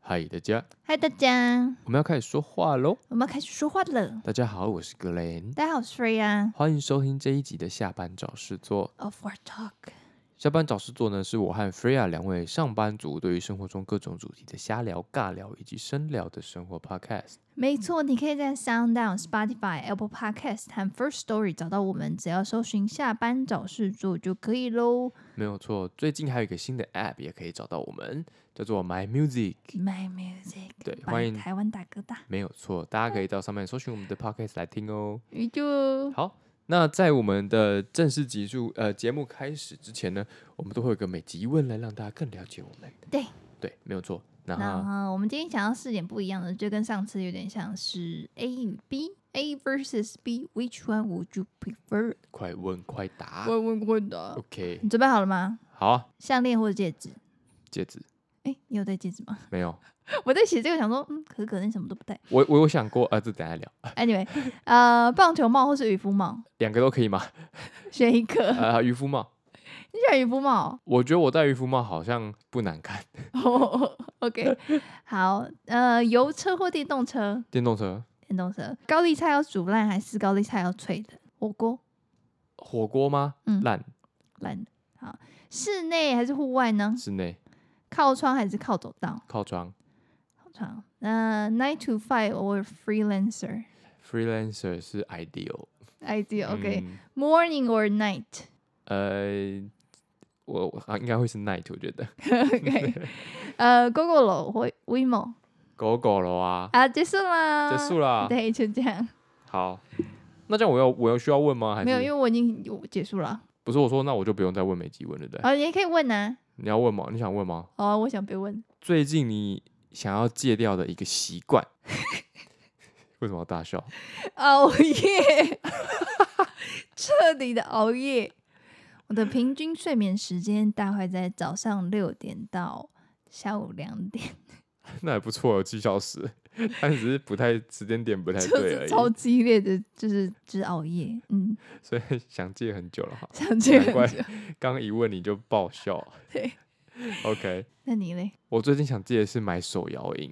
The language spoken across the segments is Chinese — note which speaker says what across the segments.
Speaker 1: 嗨，大家，
Speaker 2: 嗨，大家，
Speaker 1: 我们要开始说话喽！
Speaker 2: 我们要开始说话了。
Speaker 1: 大家好，我是 Glen，
Speaker 2: 大家好，我是 Freya
Speaker 1: 欢迎收听这一集的下班找事做。
Speaker 2: of War Talk。
Speaker 1: 下班找事做呢，是我和 Freya 两位上班族对于生活中各种主题的瞎聊、尬聊以及深聊的生活 Podcast。
Speaker 2: 没错，你可以在 Sound On、Spotify、Apple Podcast 和 First Story 找到我们，只要搜寻“下班找事做”就可以喽。
Speaker 1: 没有错，最近还有一个新的 App 也可以找到我们，叫做 My Music。
Speaker 2: My Music，
Speaker 1: 对
Speaker 2: by
Speaker 1: 欢迎
Speaker 2: 台湾大哥大。
Speaker 1: 没有错，大家可以到上面搜寻我们的 Podcast 来听哦。
Speaker 2: 宇宙，
Speaker 1: 好，那在我们的正式集数呃节目开始之前呢，我们都会有个每集一问来让大家更了解我们。
Speaker 2: 对
Speaker 1: 对，没有错。然
Speaker 2: 然
Speaker 1: 后
Speaker 2: 呃后我们今天想要试点不一样的，就跟上次有点像是 A 与 B。A versus B，which one would you prefer？
Speaker 1: 快问快答。
Speaker 2: 问问的，
Speaker 1: OK，
Speaker 2: 你准备好了吗？
Speaker 1: 好啊，
Speaker 2: 项链或者戒指？
Speaker 1: 戒指
Speaker 2: 哎，你有戴戒指吗？
Speaker 1: 没有。
Speaker 2: 我在写这个想说，嗯，可是可能什么都不带。
Speaker 1: 我我有想过，呃，这等一下聊，
Speaker 2: Anyway，呃， 棒球帽或是渔夫帽，
Speaker 1: 两个都可以吗？
Speaker 2: 选一个。
Speaker 1: 呃，渔夫帽，
Speaker 2: 你选渔夫帽、
Speaker 1: 我觉得我戴渔夫帽好像不难看。
Speaker 2: 哦、？OK，好， 呃，油车或电动车？
Speaker 1: 电动车、
Speaker 2: 电动车。高丽菜要煮烂还是高丽菜要脆的？火锅
Speaker 1: 火锅吗？
Speaker 2: 嗯
Speaker 1: 烂、
Speaker 2: 烂的。好，室内还是户外呢？
Speaker 1: 室内
Speaker 2: 靠窗还是靠走道？
Speaker 1: 靠窗
Speaker 2: 靠窗。呃，nine to five or freelancer
Speaker 1: ，freelancer 是 ideal。
Speaker 2: idea。OK，morning、
Speaker 1: 嗯
Speaker 2: or night 。
Speaker 1: 呃，我我啊应该会是 night，我觉得。
Speaker 2: OK，呃，GoGo 楼或 WeMo。
Speaker 1: 狗狗了啊，
Speaker 2: 啊，结束啦，
Speaker 1: 结束啦。
Speaker 2: 嗯对，就这样。
Speaker 1: 好，那这样我要我有需要问吗？还是
Speaker 2: 没有，因为我已经有结束了。
Speaker 1: 不是我说，那我就不用再问美籍问了，对不对？
Speaker 2: 啊，你也可以问呐、
Speaker 1: 你要问吗？你想问吗？
Speaker 2: 哦，我想被问。
Speaker 1: 最近你想要戒掉的一个习 惯，为什么要大笑？
Speaker 2: 熬夜， 彻底的熬夜。我的平均睡眠时间大概在早上六点到下午两点，
Speaker 1: 那还不错，有七小时，但只是不太时间点不太
Speaker 2: 就
Speaker 1: 哎对而啊
Speaker 2: 是
Speaker 1: 已，
Speaker 2: 超激烈的，就是就是熬夜。嗯，
Speaker 1: 所以想戒很久了哈。
Speaker 2: 想这
Speaker 1: 难
Speaker 2: 个
Speaker 1: 怪
Speaker 2: 就。
Speaker 1: 刚一问你就爆笑。
Speaker 2: 对
Speaker 1: ，OK，
Speaker 2: 那你嘞？
Speaker 1: 我最近想戒的是买手摇饮，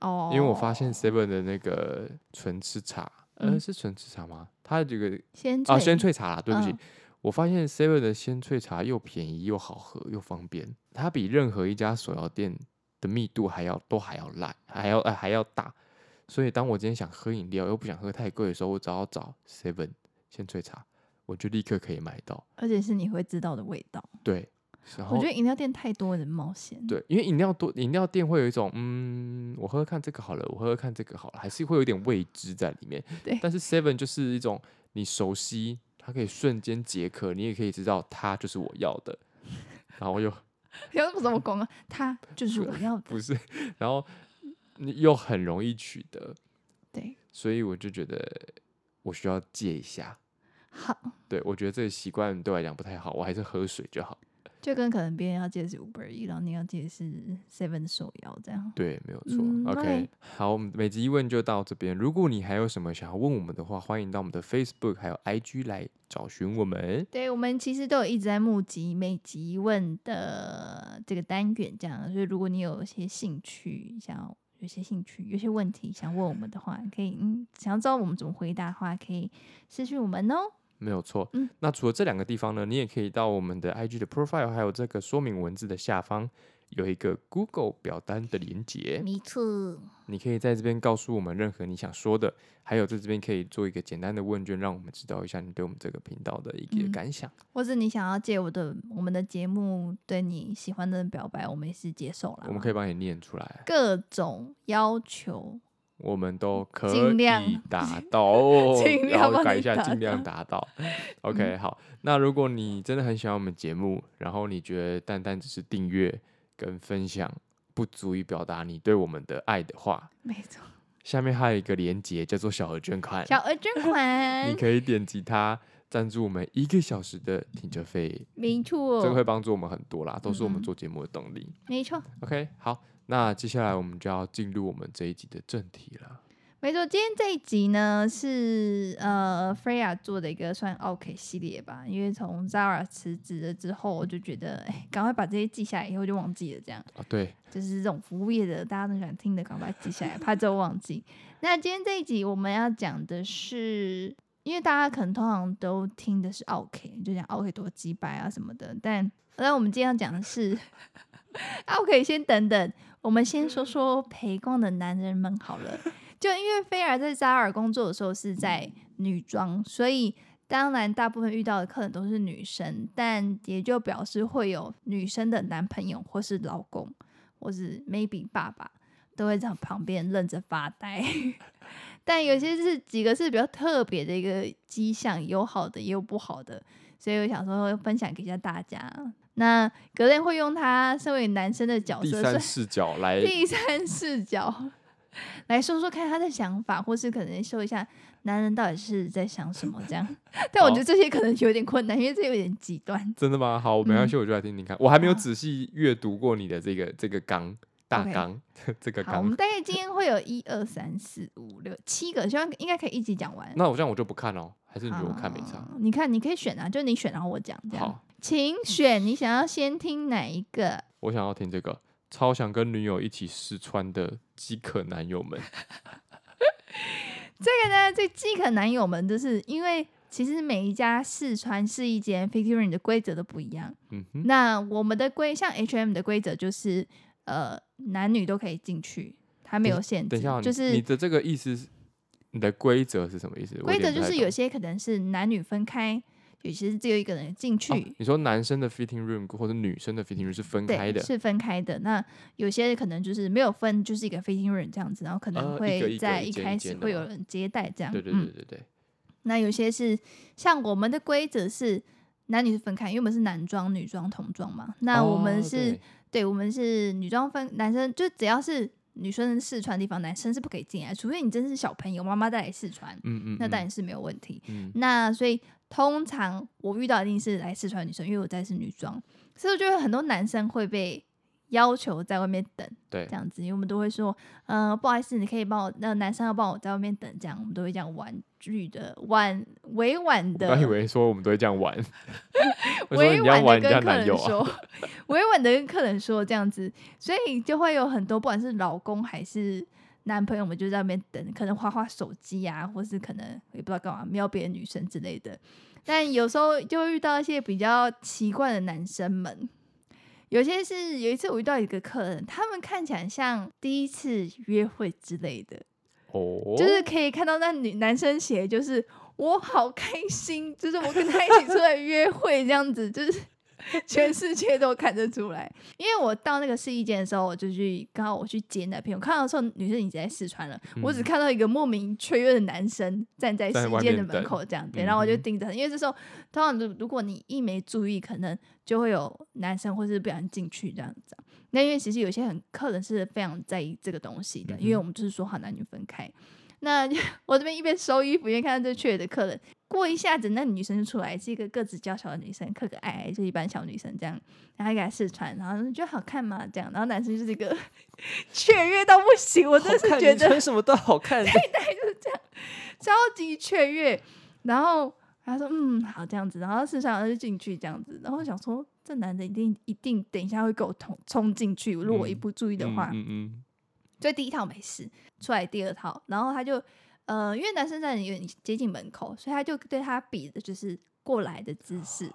Speaker 2: 哦，
Speaker 1: 因为我发现 Seven 的那个纯吃茶，呃，
Speaker 2: 嗯
Speaker 1: 是纯吃茶吗？它有个
Speaker 2: 先
Speaker 1: 啊，鲜萃茶啦，对不起，
Speaker 2: 嗯
Speaker 1: 我发现 Seven 的鲜萃茶又便宜又好喝又方便，它比任何一家手摇店的密度还要都还要烂，还要、呃、还要大。所以当我今天想喝饮料又不想喝太贵的时候，我只要找 Seven 鲜萃茶，我就立刻可以买到。
Speaker 2: 而且是你会知道的味道。
Speaker 1: 对，然
Speaker 2: 我
Speaker 1: 后
Speaker 2: 觉得饮料店太多人冒险。
Speaker 1: 对，因为饮料多饮料店会有一种嗯，我喝喝看这个好了，我喝喝看这个好了，还是会有一点未知在里面。
Speaker 2: 对
Speaker 1: 但是 Seven 就是一种你熟悉，它可以瞬间解渴，你也可以知道它就是我要的，然后又
Speaker 2: 不要这么怎么讲啊，他就是我要的。
Speaker 1: 不是，然后你又很容易取得，
Speaker 2: 对，
Speaker 1: 所以我就觉得我需要戒一下。
Speaker 2: 好，
Speaker 1: 对，我觉得这个习惯对我来讲不太好，我还是喝水就好。
Speaker 2: 就跟可能别人要借的是 Uber E，然后你要借的是 Seven 手摇这样。
Speaker 1: 对，没有错。
Speaker 2: 嗯
Speaker 1: OK，
Speaker 2: 对
Speaker 1: 好，我们每集一问就到这边。如果你还有什么想要问我们的话，欢迎到我们的 Facebook 还有 IG 来找寻我们。
Speaker 2: 对，我们其实都有一直在募集每集问的这个单元这样，所以如果你有一些兴趣，想要有些兴趣，有些问题想问我们的话，可以嗯，想要知道我们怎么回答的话，可以私讯我们哦。
Speaker 1: 没有错。
Speaker 2: 嗯
Speaker 1: 那除了这两个地方呢，你也可以到我们的 IG 的 profile，还有这个说明文字的下方有一个 Google 表单的连接，
Speaker 2: 没错，
Speaker 1: 你可以在这边告诉我们任何你想说的，还有在这边可以做一个简单的问卷，让我们知道一下你对我们这个频道的一个
Speaker 2: 嗯
Speaker 1: 感想。
Speaker 2: 或者你想要借我的我们的节目对你喜欢的人表白，我们也是接受了。
Speaker 1: 我们可以帮你念出来。
Speaker 2: 各种要求，
Speaker 1: 我们都可
Speaker 2: 尽量
Speaker 1: 以达到，
Speaker 2: 尽量
Speaker 1: 然后
Speaker 2: 帮
Speaker 1: 改
Speaker 2: 你
Speaker 1: 一下，
Speaker 2: 达嗯
Speaker 1: 尽量达 到。OK，好。那如果你真的很喜欢我们节目，然后你觉得单单只是订阅跟分享不足以表达你对我们的爱的话，
Speaker 2: 没错。
Speaker 1: 下面还有一个连接叫做小额捐款，
Speaker 2: 小额捐
Speaker 1: 你
Speaker 2: 款，
Speaker 1: 可以点击它赞助我们一个小时的停车费，
Speaker 2: 没
Speaker 1: 这个会
Speaker 2: 错，
Speaker 1: 帮助我们很多啦，都是我们
Speaker 2: 嗯
Speaker 1: 做节目的动力。
Speaker 2: 没错。
Speaker 1: OK，好。那接下来我们就要进入我们这一集的正题了。
Speaker 2: 没错，今天这一集呢是呃 Freya 做的一个算 OK 系列吧，因为从 Zara 辞职了之后，我就觉得哎，赶快把这些记下来，以后就忘记了这样。
Speaker 1: 啊，对，
Speaker 2: 就是这种服务业的，大家都喜欢听的，赶快记下来，怕之后忘记。那今天这一集我们要讲的是，因为大家可能通常都听的是 OK，就讲 OK 多鸡掰啊什么的，但那我们今天要讲的是 OK，先等等，我们先说说陪逛的男人们好了。 就因为菲儿在扎尔工作的时候是在女装，所以当然大部分遇到的客人都是女生，但也就表示会有女生的男朋友或是老公。或是 maybe 爸爸都会在旁边愣着发呆。 但有些是几个是比较特别的一个迹象，有好的也有不好的，所以我想说分享给一下大家。那格雷会用他身为男生的角
Speaker 1: 第
Speaker 2: 色，
Speaker 1: 三视角 来
Speaker 2: 第三视角 来说说看他的想法，或是可能说一下男人到底是在想什么 这样。但我觉得这些可能有点困难，因为这有点极端。
Speaker 1: 真的吗？好，没关系，我就来听听看。我还没有
Speaker 2: 嗯好
Speaker 1: 仔细阅读过你的这个这个纲大
Speaker 2: OK
Speaker 1: 纲， 这个
Speaker 2: 好，我
Speaker 1: 纲。
Speaker 2: 们大概今天会有一二三四五六七个，希望应该可以一起讲完。
Speaker 1: 那我这样我就不看哦，还是你觉得我看没差？
Speaker 2: 啊你看，你可以选啊，就你选，然后我讲。这样，
Speaker 1: 好，
Speaker 2: 请选你想要先听哪一个？
Speaker 1: 我想要听这个，超想跟女友一起试穿的饥渴男友们。
Speaker 2: 这个呢，这饥渴男友们，就是因为其实每一家试穿试衣间 fitting room 的规则都不一样。
Speaker 1: 嗯哼，
Speaker 2: 那我们的规像 H&M 的规则就是，呃，男女都可以进去，它没有限
Speaker 1: 等一
Speaker 2: 制
Speaker 1: 下，，
Speaker 2: 就
Speaker 1: 你
Speaker 2: 是
Speaker 1: 的这个意思是，你的规则是什么意思？我
Speaker 2: 规则
Speaker 1: 点不
Speaker 2: 就
Speaker 1: 太
Speaker 2: 是
Speaker 1: 懂
Speaker 2: 有些可能是男女分开，有些是只有一个人进去。
Speaker 1: 哦你说男生的 fitting room 或者女生的 fitting room 是分开
Speaker 2: 对，
Speaker 1: 的，
Speaker 2: 是分开的。那有些可能就是没有分，就是一个 fitting room 这样子，然后可
Speaker 1: 呃
Speaker 2: 能
Speaker 1: 一个一
Speaker 2: 会
Speaker 1: 个
Speaker 2: 在
Speaker 1: 一
Speaker 2: 一
Speaker 1: 间一
Speaker 2: 开
Speaker 1: 间
Speaker 2: 始
Speaker 1: 的
Speaker 2: 会
Speaker 1: 嘛
Speaker 2: 有人接待这样。
Speaker 1: 对对
Speaker 2: 嗯
Speaker 1: 对对对。
Speaker 2: 那有些是像我们的规则是男女是分开，因为我们是男装、女装、童装嘛。那我
Speaker 1: 哦
Speaker 2: 们是、
Speaker 1: 对
Speaker 2: 对，我们是女装分男生，就只要是女生试穿的地方，男生是不可以进来，除非你真的是小朋友，妈妈带来试穿，
Speaker 1: 嗯嗯，
Speaker 2: 那当
Speaker 1: 嗯
Speaker 2: 然是没有问题。
Speaker 1: 嗯
Speaker 2: 那所以通常我遇到一定是来试穿的女生，因为我在是女装，所以我觉得很多男生会被要求在外面等
Speaker 1: 对
Speaker 2: 这，样子，因为我们都会说，呃，不好意思，你可以帮我，那、男生要帮我在外面等，这样我们都会这样婉拒的婉委婉
Speaker 1: 我
Speaker 2: 的，
Speaker 1: 刚以为说我们都会这样 玩，我说
Speaker 2: 委
Speaker 1: 你要
Speaker 2: 婉
Speaker 1: 玩
Speaker 2: 的
Speaker 1: 人家
Speaker 2: 跟客
Speaker 1: 男
Speaker 2: 人
Speaker 1: 友啊，
Speaker 2: 说，委婉的跟客人说这样子，所以就会有很多不管是老公还是男朋友们就在那边等，可能花花手机啊，或是可能也不知道干嘛瞄别的女生之类的。但有时候就会遇到一些比较奇怪的男生们，有些是有一次我遇到一个客人，他们看起来像第一次约会之类的，
Speaker 1: 哦，
Speaker 2: 就是可以看到那女男生写的就是我好开心，就是我跟他一起出来约会这样子，就是 全世界都看得出来。因为我到那个试衣间的时候，我就去刚好我去接那片，我看到的时候女生已经在试穿了，我只
Speaker 1: 嗯
Speaker 2: 看到一个莫名雀跃的男生站在
Speaker 1: 在
Speaker 2: 试衣
Speaker 1: 外
Speaker 2: 间的
Speaker 1: 面
Speaker 2: 门
Speaker 1: 等
Speaker 2: 口这样对，然后我
Speaker 1: 嗯
Speaker 2: 就
Speaker 1: 哼
Speaker 2: 盯着他，因为这时候通常如如果你一没注意，可能就会有男生或是不小心进去这样子啊。那因为其实有些很客人是非常在意这个东西的，因
Speaker 1: 嗯
Speaker 2: 为
Speaker 1: 哼
Speaker 2: 我们就是说好男女分开。那 我这边一边收衣服，一边看到这缺的客人，过一下子，那女生就出来，是一个个子娇小的女生，可可爱爱，就一般小女生这样，然后还给她试穿，然后你觉得好看吗？这样，然后男生就是一个 雀跃到不行，我真的是觉得
Speaker 1: 什么都好 看，
Speaker 2: 超级雀跃。然后他说：“嗯，好，这样子。”然后试穿完就进去这样子。然后我想说，这男的一定一定等一下会给我冲冲进去，如果我一
Speaker 1: 嗯
Speaker 2: 不注意的话。
Speaker 1: 嗯嗯
Speaker 2: 所以第一套没事，出来第二套，然后他就呃，因为男生站得有点接近门口，所以他就对他比的就是过来的姿势，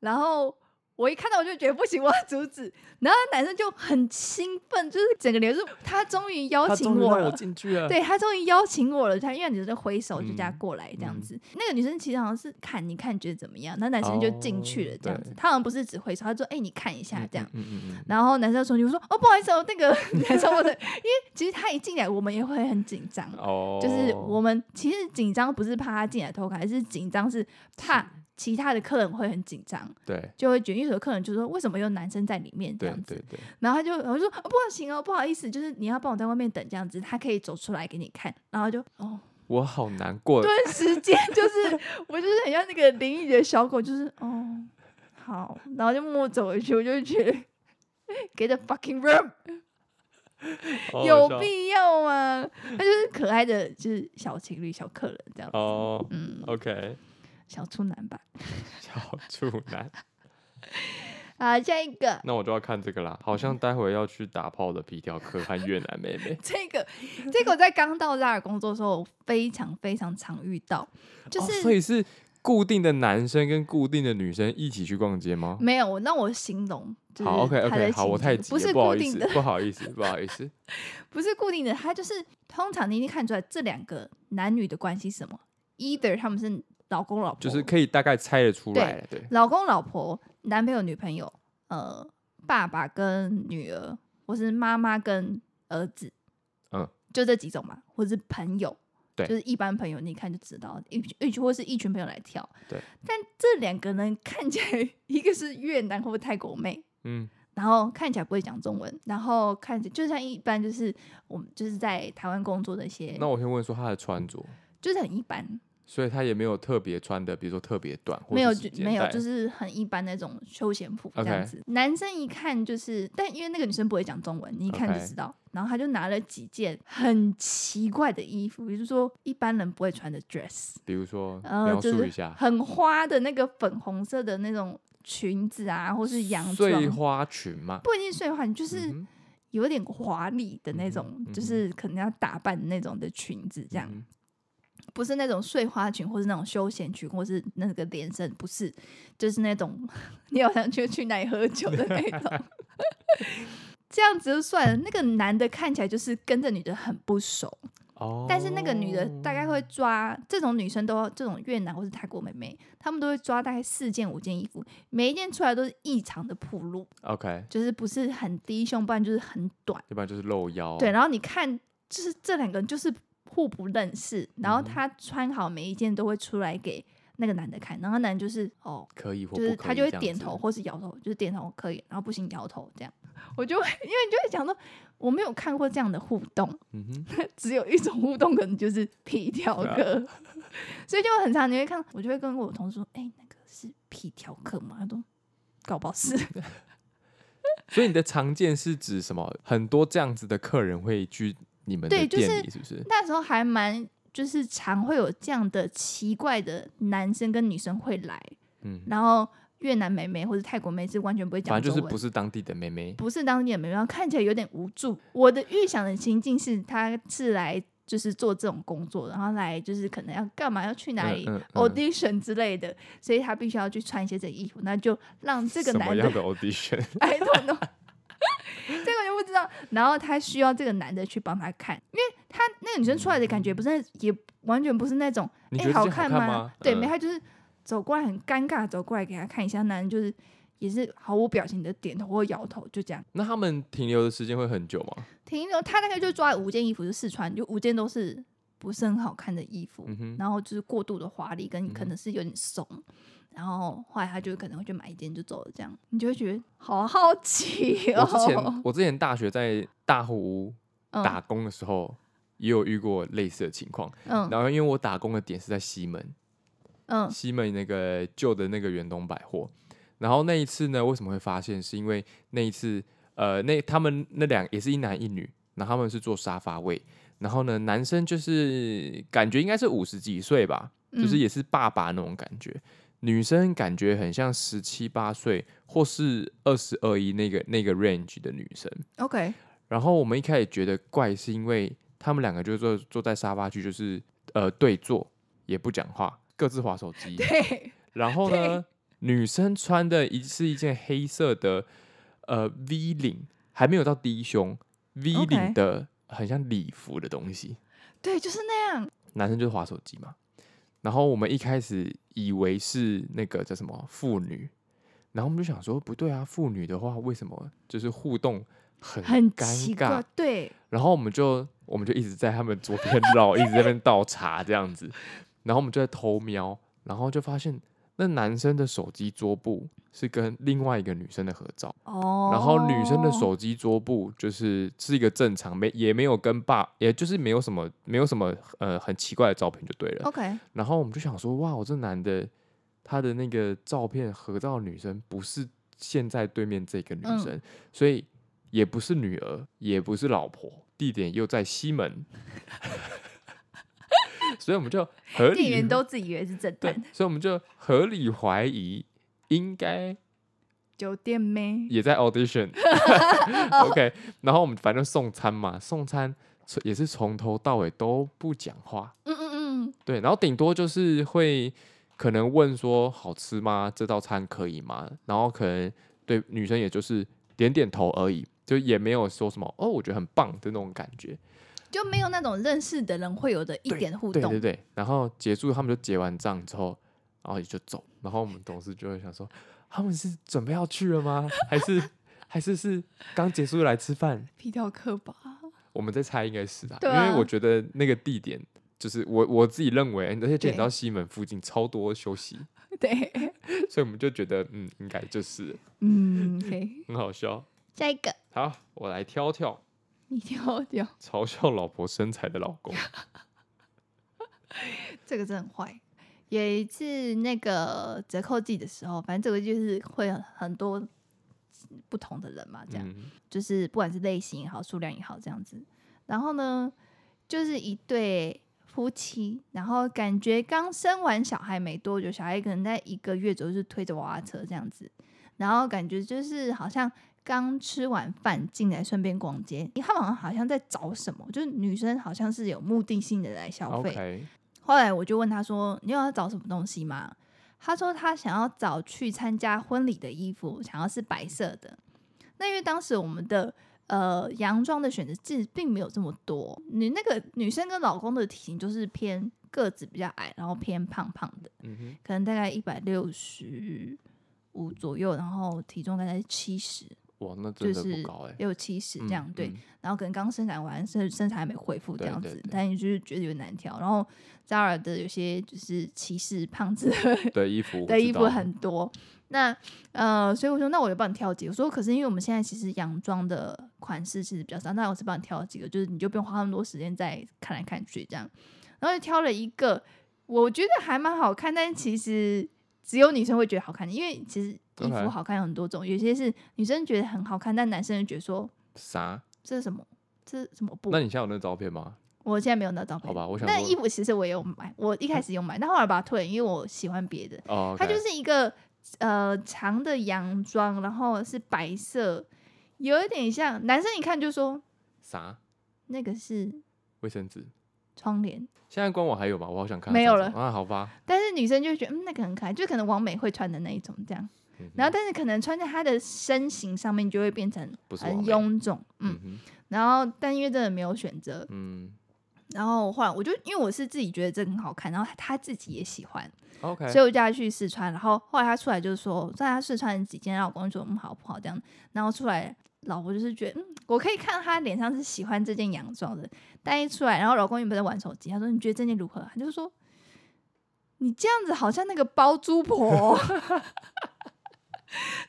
Speaker 2: 然后。我一看到我就觉得不行，我要阻止。然后那男生就很兴奋，就是整个脸就是他终于邀
Speaker 1: 他
Speaker 2: 请
Speaker 1: 终于
Speaker 2: 我
Speaker 1: 让
Speaker 2: 了
Speaker 1: 我，进去 了，
Speaker 2: 对他终于邀请我了，他因为女生挥手就叫他
Speaker 1: 嗯
Speaker 2: 过来这样
Speaker 1: 嗯
Speaker 2: 子。那个女生其实好像是看你看觉得怎么样，那男生就进去了
Speaker 1: 哦
Speaker 2: 这样子。
Speaker 1: 对
Speaker 2: 他好像不是只挥手，他说：“哎、你看一下
Speaker 1: 嗯，
Speaker 2: 这样。
Speaker 1: 嗯嗯嗯嗯，
Speaker 2: 然后男生冲进去我说：“哦，不好意思哦，那个男生我的，因为其实他一进来，我们也会很紧张。
Speaker 1: 哦，
Speaker 2: 就是我们其实紧张不是怕他进来偷看，而是紧张是怕其他的客人会很紧张，
Speaker 1: 对
Speaker 2: 就会觉得因为有的客人就说为什么有男生在里面这
Speaker 1: 对
Speaker 2: 样子
Speaker 1: 对，对，
Speaker 2: 然后他就我就说、哦、不行哦，不好意思，就是你要帮我在外面等这样子，他可以走出来给你看。然后就哦，
Speaker 1: 我好难过，
Speaker 2: 顿时间就是 我就是很像那个淋雨的小狗，就是哦 哦好，然后就默默走回去，我就觉得 get the fucking room。
Speaker 1: 好好
Speaker 2: 有
Speaker 1: 哦笑
Speaker 2: 必要吗？他就是可爱的，就是小情侣、小客人这样子。
Speaker 1: 哦。
Speaker 2: 嗯，
Speaker 1: OK，
Speaker 2: 小处男吧。
Speaker 1: 小处男，
Speaker 2: 啊，下一个，，
Speaker 1: 那我就要看这个啦。好像待会要去打炮的皮条客和越南妹妹
Speaker 2: 这个，这个我在刚到拉尔工作的时候，我非常非常常遇到，就
Speaker 1: 哦
Speaker 2: 是、
Speaker 1: 所以是固定的男生跟固定的女生一起去逛街吗？
Speaker 2: 没有我，那我形容就是
Speaker 1: 哦好，OK
Speaker 2: 他的
Speaker 1: OK，好，我
Speaker 2: 行
Speaker 1: 太
Speaker 2: 程
Speaker 1: 急
Speaker 2: 不
Speaker 1: 了，
Speaker 2: 是
Speaker 1: 不好
Speaker 2: 固
Speaker 1: 意
Speaker 2: 定
Speaker 1: 思
Speaker 2: 的，，
Speaker 1: 不好意思，不好意 思。
Speaker 2: 不是固定的，它就是通常你已经看出来这两个男女的关系是什么，either 他们是老公老婆，
Speaker 1: 就是可以大概猜得出来了，对，
Speaker 2: 老公老婆、男朋友女朋友，呃，爸爸跟女儿，或是妈妈跟儿子，
Speaker 1: 嗯，
Speaker 2: 就这几种嘛，或是朋友。
Speaker 1: 对
Speaker 2: 就是一般朋友，你一看就知道一一群或是一群朋友来跳。
Speaker 1: 对，
Speaker 2: 但这两个人看起来， 一个是越南或泰国妹，
Speaker 1: 嗯，
Speaker 2: 然后看起来不会讲中文，然后看起来就像一般，就是我们就是在台湾工作的一些，
Speaker 1: 那我先问说他的穿着，
Speaker 2: 就是很一般，
Speaker 1: 所以他也没有特别穿的，比如说特别短，或
Speaker 2: 没有
Speaker 1: 是
Speaker 2: 就
Speaker 1: 及肩
Speaker 2: 没有，
Speaker 1: 带
Speaker 2: 就是很一般那种休闲服这
Speaker 1: OK
Speaker 2: 样子。男生一看就是，但因为那个女生不会讲中文，你一看
Speaker 1: OK
Speaker 2: 就知道。然后他就拿了几件很奇怪的衣服，比如说一般人不会穿的 dress，
Speaker 1: 比如说
Speaker 2: 呃，
Speaker 1: 描
Speaker 2: 就
Speaker 1: 述
Speaker 2: 是
Speaker 1: 一下，
Speaker 2: 很花的那个粉红色的那种裙子啊，或是洋装，
Speaker 1: 碎花裙嘛，
Speaker 2: 不一定碎花，你就是。
Speaker 1: 嗯哼
Speaker 2: 有点华丽的那种，
Speaker 1: 嗯哼嗯哼
Speaker 2: 就是可能要打扮的那种的裙子，这样、
Speaker 1: 嗯
Speaker 2: 不是那种碎花裙，或是那种休闲裙，或是那个连身，不是，就是那种你好像去去哪里喝酒的那种。 这样子就算了，那个男的看起来就是跟这女的很不熟，
Speaker 1: 哦，
Speaker 2: 但是那个女的大概会抓这种女生都这种越南或是泰国妹妹，她们都会抓大概四件五件衣服，每一件出来都是异常的暴露，
Speaker 1: OK，
Speaker 2: 就是不是很低胸，不然就是很短。
Speaker 1: 要不然就是露腰，
Speaker 2: 对，，然后你看，就是这两个人就是互不认识，然后
Speaker 1: 嗯哼
Speaker 2: 他穿好每一件都会出来给那个男的看，然后男的就是哦，
Speaker 1: 可以或
Speaker 2: 就是
Speaker 1: 不
Speaker 2: 他
Speaker 1: 可以，
Speaker 2: 就会
Speaker 1: 这样
Speaker 2: 点
Speaker 1: 子
Speaker 2: 头，或是摇头，就是点头可以，然后不行摇头这样。我就会，因为你就会想说，我没有看过这样的互动，
Speaker 1: 嗯哼，
Speaker 2: 只有一种互动，可能就是皮条
Speaker 1: 对啊
Speaker 2: 客， 所以就很常你会看，我就会跟我同事说，哎、那个是皮条客吗？他都搞不好是，
Speaker 1: 所以你的常见是指什么？很多这样子的客人会去你们的
Speaker 2: 对就是
Speaker 1: 店里，是不是？
Speaker 2: 那时候还蛮就是常会有这样的奇怪的男生跟女生会来，
Speaker 1: 嗯，
Speaker 2: 然后越南妹妹或者泰国妹是完全不会讲
Speaker 1: 反正
Speaker 2: 中
Speaker 1: 就
Speaker 2: 文，
Speaker 1: 是不是当地的妹妹，
Speaker 2: 不是当地的妹妹，然后看起来有点无助。我的预想的情境是，她是来就是做这种工作，然后来就是可能要干嘛，要去哪里、
Speaker 1: 嗯嗯嗯
Speaker 2: audition 之类的，所以她必须要去穿一些这个衣服，那就让这个
Speaker 1: 什么
Speaker 2: 男
Speaker 1: 样
Speaker 2: 的
Speaker 1: 的 audition？
Speaker 2: I don't know，这个就不知道。然后他需要这个男的去帮他看，因为他那个女生出来的感觉不是那，也完全不是那种
Speaker 1: 你
Speaker 2: 哎、
Speaker 1: 觉得
Speaker 2: 好
Speaker 1: 这
Speaker 2: 看
Speaker 1: 好看吗
Speaker 2: 对，
Speaker 1: 嗯
Speaker 2: 没，他就是走过来很尴尬地走过来给他看一下，男人就是也是毫无表情的点头或摇头，就这样
Speaker 1: 那他们停留的时间会很久吗？
Speaker 2: 停留。他大概就抓五件衣服就试穿，就五件都是不是很好看的衣服，
Speaker 1: 嗯 哼，
Speaker 2: 然后就是过度的华丽，跟
Speaker 1: 哼
Speaker 2: 可能是有点怂。然后后来他就可能会去买一件就走了，这样你就会觉得好好奇哦。
Speaker 1: 我之前我之前大学在大湖屋
Speaker 2: 嗯
Speaker 1: 打工的时候，也有遇过类似的情况。
Speaker 2: 嗯
Speaker 1: 然后因为我打工的点是在西门，
Speaker 2: 嗯
Speaker 1: 西门那个旧的那个远东百货。然后那一次呢，为什么会发现？是因为那一次，呃，那他们那两也是一男一女，然后他们是坐沙发位。然后呢，男生就是感觉应该是五十几岁吧，就是
Speaker 2: 嗯
Speaker 1: 也是爸爸那种感觉。女生感觉很像十七八岁或是二十二一那个那个 range 的女生。
Speaker 2: ，OK，
Speaker 1: 然后我们一开始觉得怪，是因为他们两个就坐坐在沙发区，就是呃对坐，也不讲话，各自划手机。
Speaker 2: 对，
Speaker 1: 然后呢，女生穿的一是一件黑色的呃 V 领，还没有到低胸 V
Speaker 2: OK
Speaker 1: 领的很像礼服的东西。
Speaker 2: 对，就是那样。
Speaker 1: 男生就是划手机嘛。然后我们一开始以为是那个叫什么妇女，然后我们就想说不对啊，妇女的话为什么就是互动很
Speaker 2: 很
Speaker 1: 尴
Speaker 2: 奇
Speaker 1: 尬
Speaker 2: 怪，？对，
Speaker 1: 然后我们就我们就一直在他们左边绕，一直在那边倒茶这样子，然后我们就在偷瞄，然后就发现那男生的手机桌布是跟另外一个女生的合照，
Speaker 2: 哦。
Speaker 1: 然后女生的，手机桌布就是是一个正常，没也没有跟爸，也就是没有什么没有什么呃很奇怪的照片就对了。
Speaker 2: ，OK，
Speaker 1: 然后我们就想说，哇，我这男的他的那个照片合照的女生不是现在对面这个女
Speaker 2: 嗯
Speaker 1: 生，所以也不是女儿，也不是老婆，地点又在西门， 所以我们就合理
Speaker 2: 店员都自以为是正
Speaker 1: 对
Speaker 2: 版，
Speaker 1: 所以我们就合理怀疑应该
Speaker 2: 酒店妹
Speaker 1: 也在 audition 。OK，然后我们反正送餐嘛，送餐也是从头到尾都不讲话，
Speaker 2: 嗯嗯嗯，
Speaker 1: 对，然后顶多就是会可能问说好吃吗？这道餐可以吗？然后可能对女生也就是点点头而已，就也没有说什么哦，我觉得很棒的那种感觉。
Speaker 2: 就没有那种认识的人会有的一
Speaker 1: 对
Speaker 2: 点互
Speaker 1: 对对
Speaker 2: 动。
Speaker 1: 对，然后结束，他们就结完账之后，然后也就走。然后我们董事就会想说，他们是准备要去了吗？还是还是是刚结束来吃饭？
Speaker 2: 皮条客吧，
Speaker 1: 我们在猜应该是啦，
Speaker 2: 对
Speaker 1: 因
Speaker 2: 啊
Speaker 1: 为我觉得那个地点就是我我自己认为，而且
Speaker 2: 对
Speaker 1: 你知道西门附近超多休息，
Speaker 2: 对，
Speaker 1: 所以我们就觉得嗯，应该就是
Speaker 2: 嗯，OK，
Speaker 1: 很好笑。
Speaker 2: 下一个
Speaker 1: 好，我来挑挑
Speaker 2: 你挑挑，
Speaker 1: 嘲笑老婆身材的老公，
Speaker 2: 这个真的很坏。有一次那个折扣季的时候，反正这个就是会有很多不同的人 嘛，这样、
Speaker 1: 嗯，
Speaker 2: 就是不管是类型也好，数量也好，这样子。然后呢，就是一对夫妻，然后感觉刚生完小孩没多久，小孩可能在一个月左右就推着娃娃车这样子，然后感觉就是好像刚吃完饭进来，顺便逛街，他们好像在找什么，就是女生好像是有目的性的来消费。
Speaker 1: OK，
Speaker 2: 后来我就问他说：“你有要找什么东西吗？”他说他想要找去参加婚礼的衣服，想要是白色的。那因为当时我们的呃洋装的选择其实并没有这么多，你那个女生跟老公的体型就是偏个子比较矮，然后偏胖胖的，
Speaker 1: 嗯哼，
Speaker 2: 可能大概一百六十五左右，然后体重大概七十
Speaker 1: 哇，那真的
Speaker 2: 就
Speaker 1: 不
Speaker 2: 是
Speaker 1: 高哎、欸，
Speaker 2: 六七十这样、
Speaker 1: 嗯
Speaker 2: 对。
Speaker 1: 嗯
Speaker 2: 然后可能刚生产完，身身材还没恢复这
Speaker 1: 对
Speaker 2: 样子，
Speaker 1: 对对
Speaker 2: 但你就是觉得有点难挑。然后 Zara 的有些就是歧视胖子的
Speaker 1: 的衣服我
Speaker 2: 的
Speaker 1: 知
Speaker 2: 衣服
Speaker 1: 道
Speaker 2: 很多，那呃，所以我说那我就帮你挑几个。我说可是因为我们现在其实洋装的款式其实比较少，那我是帮你挑几个，就是你就不用花那么多时间在看来看去这样。然后就挑了一个，我觉得还蛮好看，但其实只有女生会觉得好看，因为其实衣
Speaker 1: OK
Speaker 2: 服好看有很多种，有些是女生觉得很好看，但男生就觉得说。
Speaker 1: 啥？
Speaker 2: 这是什么？这是什么布
Speaker 1: 那？你现在有那照片吗？
Speaker 2: 我现在没有拿照片。
Speaker 1: 好吧我想
Speaker 2: 那
Speaker 1: 说
Speaker 2: 衣服其实我也有买，我一开始有买，但后来把它退了，因为我喜欢别的。
Speaker 1: 哦，
Speaker 2: 它
Speaker 1: OK
Speaker 2: 就是一个呃长的洋装，然后是白色，有一点像男生一看就说
Speaker 1: 啥
Speaker 2: 那个是
Speaker 1: 卫生纸。
Speaker 2: 窗帘，
Speaker 1: 现在官网还有吗？我好想看它
Speaker 2: 没有
Speaker 1: 长什么啊，好吧。
Speaker 2: 但是女生就会觉得嗯那个很可爱，就可能王美会穿的那一种这样。
Speaker 1: 嗯哼
Speaker 2: 然后但是可能穿在她的身形上面就会变成
Speaker 1: 不是
Speaker 2: 很
Speaker 1: 王美
Speaker 2: 臃肿，嗯。
Speaker 1: 嗯哼
Speaker 2: 然后但因为真的没有选择，
Speaker 1: 嗯
Speaker 2: 然后后来我就因为我是自己觉得这个很好看，然后他自己也喜欢，
Speaker 1: ，OK，
Speaker 2: 所以我叫他去试穿。然后后来他出来就是说，在他试穿了几件，然后我公就说嗯好不好这样。然后出来，老婆就是觉得嗯，我可以看他脸上是喜欢这件洋装的。但一出来，然后老公原本在玩手机，他说你觉得这件如何？啊他就说你这样子好像那个包租婆哦。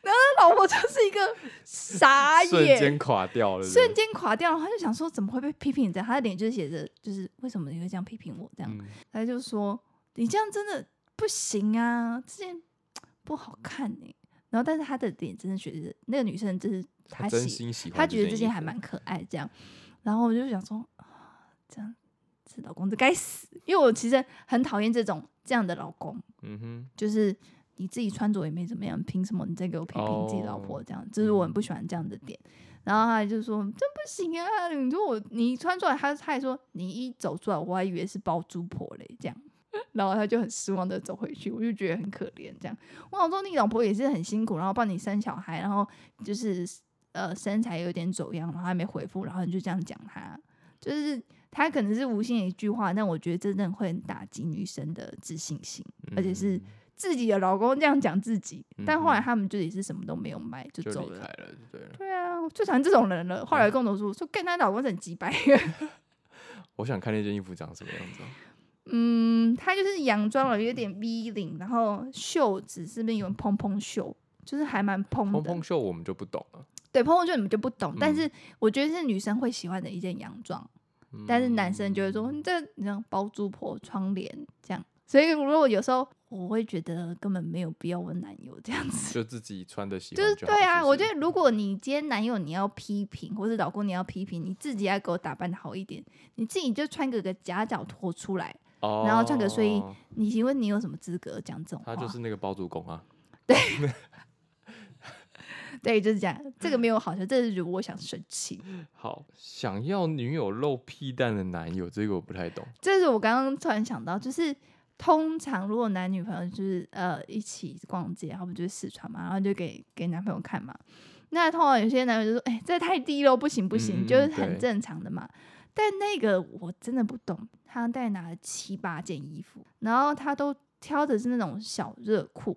Speaker 2: 然后他老婆就是一个傻眼，
Speaker 1: 瞬间垮掉了，
Speaker 2: 瞬间垮掉，然后他就想说怎么会被批评这样？他的脸就是写着就是为什么你会这样批评我这
Speaker 1: 这
Speaker 2: 样？
Speaker 1: 样。
Speaker 2: 他就说你这样真的不行啊，这件不好看哎、然后但是他的脸真的觉得那个女生就是她
Speaker 1: 他真
Speaker 2: 喜，
Speaker 1: 心喜欢，
Speaker 2: 她觉得这件
Speaker 1: 衣
Speaker 2: 还
Speaker 1: 服
Speaker 2: 蛮可爱这样。然后我就想说，啊这样这老公这该死，因为我其实很讨厌这种这样的老公。
Speaker 1: 嗯哼，
Speaker 2: 就是你自己穿着也没怎么样，凭什么你再给我批评自己老婆
Speaker 1: 哦
Speaker 2: 这样？这是我很不喜欢这样的点。然后他就说：“这不行啊！你说我你穿出来，他他还说你一走出来，我还以为是包租婆嘞，这样。” 然后他就很失望的走回去，我就觉得很可怜。这样，我想说你老婆也是很辛苦，然后帮你生小孩，然后就是呃身材有点走样，然后还没回复，然后你就这样讲她，就是她可能是无心的一句话，但我觉得真的会很打击女生的自信心，而且是
Speaker 1: 嗯
Speaker 2: 自己的老公这样讲自己，但后来
Speaker 1: 嗯哼
Speaker 2: 他们就也是什么都没有买就
Speaker 1: 就
Speaker 2: 走
Speaker 1: 离开嗯
Speaker 2: 了。
Speaker 1: 了，就对了。
Speaker 2: 对啊，我最讨厌这种人了。后来跟我说说，跟她老公是很鸡掰。
Speaker 1: 我想看那件衣服长什么样子哦，
Speaker 2: 嗯，她就是洋装了，有点 V 领，然后袖子是不是有点蓬蓬袖？就是还蛮蓬的。
Speaker 1: 蓬蓬袖我们就不懂了，
Speaker 2: 对蓬蓬袖你们就不懂，但
Speaker 1: 嗯
Speaker 2: 是我觉得是女生会喜欢的一件洋装，但是男生就会说
Speaker 1: 嗯
Speaker 2: 你这你知道包租婆窗帘这样。所以如果有时候我会觉得根本没有必要问男友这样子。
Speaker 1: 就自己穿的喜
Speaker 2: 就
Speaker 1: 欢
Speaker 2: 是
Speaker 1: 好。
Speaker 2: 对啊，
Speaker 1: 是不
Speaker 2: 我
Speaker 1: 是
Speaker 2: 觉得如果你今天男友你要批评，或是老公你要批评，你自己要给我打扮的好一点，你自己就穿个个夹脚拖出来，
Speaker 1: 哦，
Speaker 2: 然后穿个睡衣你请问你有什么资格讲这种话？
Speaker 1: 他就是那个包租公啊，
Speaker 2: 对，就是这样，这个没有好笑，这是如果我想生气，
Speaker 1: 好，想要女友露屁蛋的男友，这个我不太懂。
Speaker 2: 这是我刚刚突然想到，就是通常如果男女朋友就是呃一起逛街，然后不就是试穿嘛，然后就给给男朋友看嘛。那通常有些男朋友就说：“哎、这太低了，不行不
Speaker 1: 嗯
Speaker 2: 行，
Speaker 1: 嗯
Speaker 2: 就是
Speaker 1: 对
Speaker 2: 很正常的嘛。”但那个我真的不懂，他大概拿了七八件衣服，然后他都挑的是那种小热裤，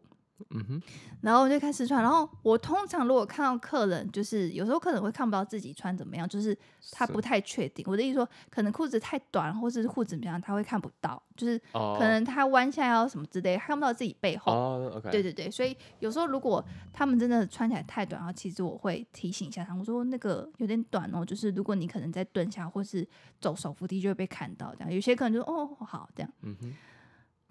Speaker 1: 嗯哼，
Speaker 2: 然后我就开始穿。然后我通常如果看到客人，就是有时候客人会看不到自己穿怎么样，就是他
Speaker 1: 是
Speaker 2: 不太确定。我的意思说，可能裤子太短，或是裤子怎么样，他会看不到，就是
Speaker 1: 哦，
Speaker 2: 可能他弯下腰什么之类，他看不到自己背后。
Speaker 1: 哦，OK，
Speaker 2: 对对对，所以有时候如果他们真的穿起来太短，然后其实我会提醒一下他，我说那个有点短哦，就是如果你可能在蹲下或是走手扶梯就会被看到这样。有些客人就说哦好这样，
Speaker 1: 嗯哼，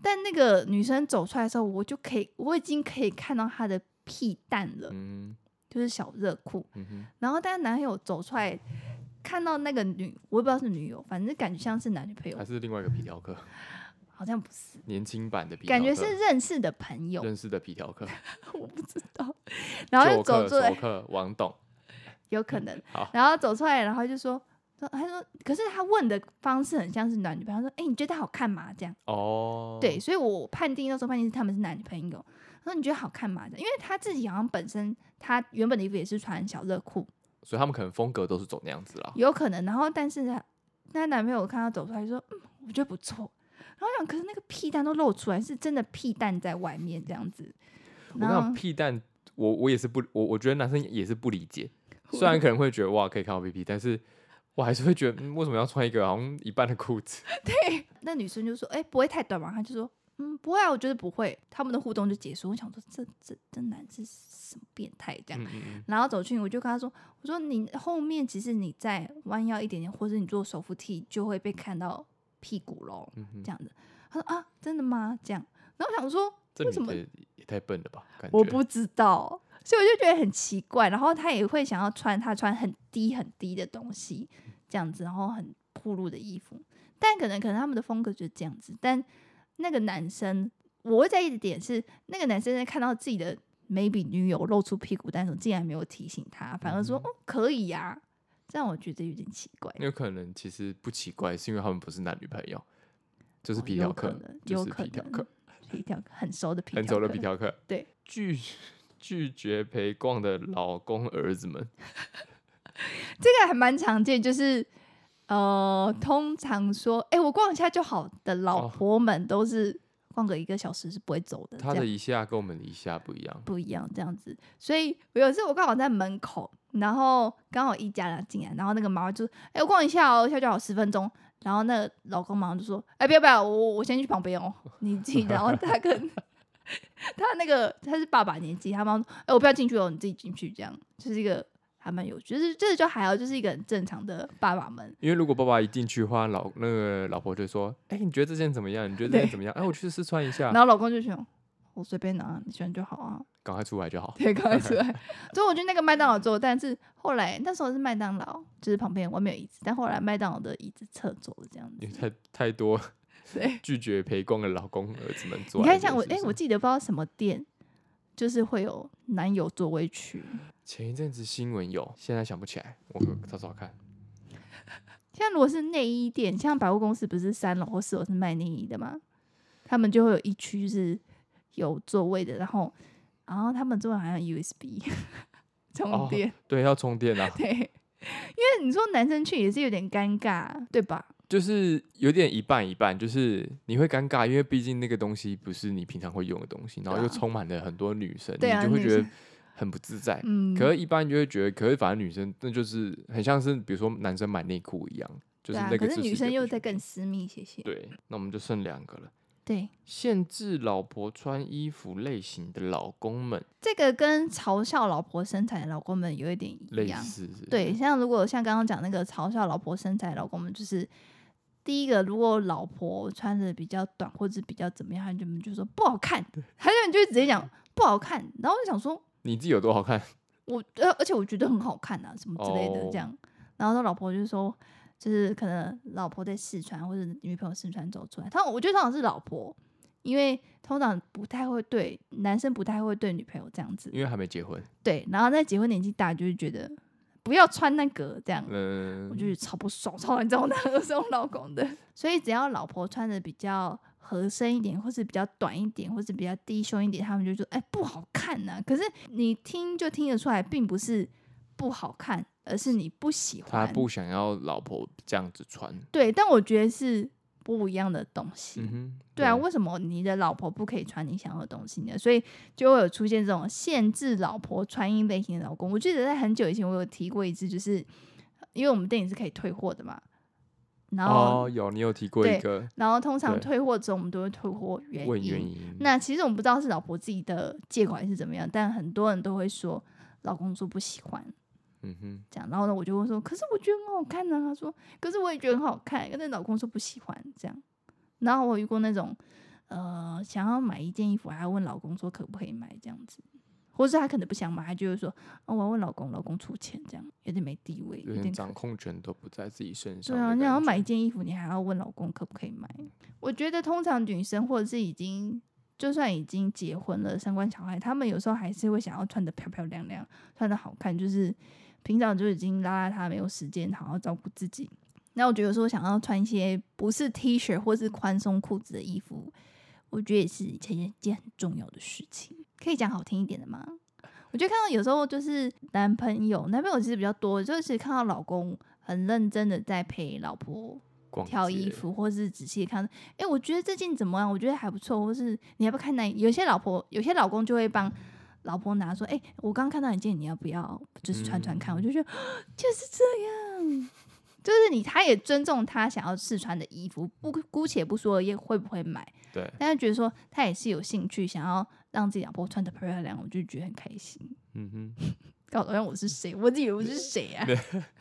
Speaker 2: 但那个女生走出来的时候，我就可以，我已经可以看到她的屁蛋了，
Speaker 1: 嗯
Speaker 2: 就是小热裤。
Speaker 1: 嗯哼，
Speaker 2: 然后，但男友走出来，看到那个女，我也不知道是女友，反正感觉像是男女朋友
Speaker 1: 还，是另外一个皮条客，
Speaker 2: 好像不是，
Speaker 1: 年轻版的皮条
Speaker 2: 感
Speaker 1: 客，
Speaker 2: 觉是认识的朋友，
Speaker 1: 认识的皮条客，
Speaker 2: 我不知道。然后
Speaker 1: 旧客
Speaker 2: 就走出来
Speaker 1: 熟，客王董，
Speaker 2: 有可能
Speaker 1: 嗯好。
Speaker 2: 然后走出来，然后就说。说他说，可是他问的方式很像是男女朋友。他说：“哎、你觉得好看吗？”这样。
Speaker 1: 哦，
Speaker 2: 对，，所以我判定那时候判定是他们是男女朋友。他说你觉得好看吗？因为他自己好像本身他原本的衣服也是穿小热裤，
Speaker 1: 所以他们可能风格都是走那样子啦。
Speaker 2: 有可能。然后但是他那男朋友看他走出来就说，嗯，我觉得不错。然后我想，可是那个屁蛋都露出来，是真的屁蛋在外面这样子。
Speaker 1: 我跟你
Speaker 2: 然
Speaker 1: 讲
Speaker 2: 后
Speaker 1: 屁蛋，我我也是不，我我觉得男生也是不理解，虽然可能会觉得哇可以看到 PP，但是我还是会觉得、嗯为什么要穿一个好像一半的裤子？
Speaker 2: 那女生就说，哎、不会太短吧？他就说，嗯，不会啊，我觉得不会。他们的互动就结束。我想说，这这这男是什么变态这
Speaker 1: 嗯
Speaker 2: 样？
Speaker 1: 嗯嗯，
Speaker 2: 然后走去，我就跟他说：“我说你后面其实你再弯腰一点点，或者你做手扶梯就会被看到屁股喽，
Speaker 1: 嗯哼
Speaker 2: 这样子。”他说：“啊，真的吗？”这样，然后我想说
Speaker 1: 这
Speaker 2: 为什
Speaker 1: 女
Speaker 2: 么
Speaker 1: 的也太笨了吧？感觉
Speaker 2: 我不知道，所以我就觉得很奇怪。然后他也会想要穿他穿很低很低的东西，这样子，然后很暴露的衣服，但可能可能他们的风格就是这样子。但那个男生，我会在意的点是，那个男生在看到自己的 maybe 女友露出屁股蛋的时候，竟然没有提醒他，反而说、
Speaker 1: 嗯
Speaker 2: 哦可以呀、这样我觉得有点奇怪。
Speaker 1: 有可能其实不奇怪，是因为他们不是男女朋友，就是
Speaker 2: 哦
Speaker 1: 皮
Speaker 2: 有
Speaker 1: 条
Speaker 2: 可
Speaker 1: 客
Speaker 2: 能，
Speaker 1: 就
Speaker 2: 有
Speaker 1: 是
Speaker 2: 可
Speaker 1: 皮条
Speaker 2: 能
Speaker 1: 客，
Speaker 2: 皮条很熟的皮条，
Speaker 1: 很熟的皮，条客。
Speaker 2: 对，
Speaker 1: 拒拒绝陪逛的老公儿子们，
Speaker 2: 这个还蛮常见，就是呃，通常说，哎、我逛一下就好的老
Speaker 1: 哦
Speaker 2: 婆们都是逛个一个小时是不会走的，
Speaker 1: 他
Speaker 2: 这
Speaker 1: 的
Speaker 2: 样
Speaker 1: 一下跟我们的一下不一样。
Speaker 2: 不一样这样子。所以我有一次我刚好在门口，然后刚好一家人进来，然后那个妈妈就，哎、我逛一下哦，一下就好十分钟。然后那个老公马上就说，哎、不要不要，我我先去旁边哦，你自己。然后他跟 他那个他是爸爸年纪，他妈妈说，哎、我不要进去哦，你自己进去，这样就是一个。还蛮有趣，就是这就还好，就是一个很正常的爸爸们，
Speaker 1: 因为如果爸爸一进去的话，老那个老婆就说：“哎、你觉得这件怎么样？你觉得这件
Speaker 2: 对
Speaker 1: 怎么样？哎、我去试穿一下
Speaker 2: 然，后老公就想，我随便拿，你喜欢就好啊，
Speaker 1: 赶快出来就好。
Speaker 2: 对，刚 开始来。所以我去那个麦当劳做，但是后来那时候是麦当劳，就是旁边外面有椅子，但后来麦当劳的椅子撤走了这样”
Speaker 1: 因为
Speaker 2: 子。
Speaker 1: 太太多
Speaker 2: 对，
Speaker 1: 拒绝陪逛的老公儿子们做。
Speaker 2: 你看像我，哎、
Speaker 1: 哎、
Speaker 2: 我记得不知道什么店，就是会有男友座位区。
Speaker 1: 前一阵子新闻有，现在想不起来，我找找看。
Speaker 2: 像如果是内衣店，像百货公司不是三楼或四楼是卖内衣的吗？他们就会有一区是有座位的，然后然后他们座位好像有 USB 充
Speaker 1: 哦
Speaker 2: 电。
Speaker 1: 对，要充电啊，
Speaker 2: 对，因 为你说男生去也是有点尴尬，对吧？
Speaker 1: 就是有点一半一半，就是你会尴尬，因为毕竟那个东西不是你平常会用的东西，然后又
Speaker 2: 对啊
Speaker 1: 充满了很多女生，
Speaker 2: 对啊
Speaker 1: 你就会觉得
Speaker 2: 女生
Speaker 1: 很不自在。
Speaker 2: 嗯，
Speaker 1: 可是，一般就会觉得，可是反正女生那就是很像是，比如说男生买内裤一样，就是
Speaker 2: 对啊
Speaker 1: 那，个
Speaker 2: 可
Speaker 1: 就是是
Speaker 2: 女
Speaker 1: 一
Speaker 2: 生
Speaker 1: 个
Speaker 2: 又
Speaker 1: 不
Speaker 2: 再
Speaker 1: 行
Speaker 2: 更私密些些。
Speaker 1: 对。那我们就剩两个了，
Speaker 2: 对，
Speaker 1: 限制老婆穿衣服类型的老公们
Speaker 2: 这个跟嘲笑老婆身材的老公们有一点一
Speaker 1: 类
Speaker 2: 样。
Speaker 1: 似，是不是
Speaker 2: 对，，像如果像刚刚讲那个嘲笑老婆身材的老公们，就是第一个，如果老婆穿的比较短或者比较怎么样，他就就说不好看，还有人就会直接讲不好看。然后我就想说，
Speaker 1: 你自己有多好看？
Speaker 2: 我呃，而且我觉得很好看啊，什么之类的
Speaker 1: 哦
Speaker 2: 这样。然后他老婆就说，就是可能老婆在试穿，或者女朋友试穿走出来。他我觉得通常是老婆，因为通常不太会对男生不太会对女朋友这样子。
Speaker 1: 因为还没结婚。
Speaker 2: 对，然后在结婚年纪大，就是觉得不要穿那个这样。
Speaker 1: 嗯，
Speaker 2: 我就是超不爽，超烦这 种男这种老公的。所以只要老婆穿的比较合身一点，或是比较短一点，或是比较低胸一点，他们就说：“哎、不好看呐、可是你听就听得出来，并不是不好看，而是你不喜
Speaker 1: 他
Speaker 2: 欢。
Speaker 1: 不想要老婆这样子穿。
Speaker 2: 对，但我觉得是不一样的东西。
Speaker 1: 嗯哼，
Speaker 2: 对啊，为什么你的老婆不可以穿你想要的东西呢？所以就会有出现这种限制老婆穿衣类型的老公。我记得在很久以前，我有提过一次，就是因为我们电影是可以退货的嘛，然后、
Speaker 1: 哦，有你有提过一
Speaker 2: 对
Speaker 1: 个
Speaker 2: 然后通常
Speaker 1: 对
Speaker 2: 退货之后，我们都会退货原
Speaker 1: 问
Speaker 2: 因。
Speaker 1: 原因，
Speaker 2: 那其实我们不知道是老婆自己的借款是怎么样，但很多人都会说老公说不喜欢
Speaker 1: 嗯哼，
Speaker 2: 这样，然后呢我就会说，可是我觉得很好看呢、他说，可是我也觉得很好看，但是老公说不喜欢这样。然后我有遇过那种呃想要买一件衣服，还要问老公说可不可以买这样子，或是他可能不想买，他就会说，哦、我要问老公，老公出钱这样，有点没地位，有
Speaker 1: 有
Speaker 2: 点
Speaker 1: 点
Speaker 2: 可
Speaker 1: 掌控权都不在自己身上
Speaker 2: 对
Speaker 1: 的感
Speaker 2: 啊，
Speaker 1: 觉。
Speaker 2: 你想要买一件衣服，你还要问老公可不可以买。我觉得通常女生或者是已经就算已经结婚了、生完小孩，她们有时候还是会想要穿的漂漂亮亮，穿的好看，就是平常就已经邋邋遢，没有时间好好照顾自己。那我觉得有时候想要穿一些不是 T 恤或是宽松裤子的衣服，我觉得也是一件件很重要的事情。可以讲好听一点的吗？我就看到有时候就是男朋友，男朋友其实比较多，就是看到老公很认真的在陪老婆
Speaker 1: 逛
Speaker 2: 挑
Speaker 1: 街
Speaker 2: 衣，服，或是仔细地看，哎、我觉得这件怎么样？我觉得还不错，或是你要不要看那？有些老婆，有些老公就会帮老婆拿说，哎、我刚看到一件，你要不要？就是穿穿看，我就觉得 就是这样，就是你他也尊重他想要试穿的衣服，不姑且不说也会不会买，
Speaker 1: 对，
Speaker 2: 但是觉得说他也是有兴趣，想要让自己老婆穿的漂漂亮亮，我就觉得很开心。
Speaker 1: 嗯哼。
Speaker 2: 搞得好像我是谁，我自以为我是谁啊，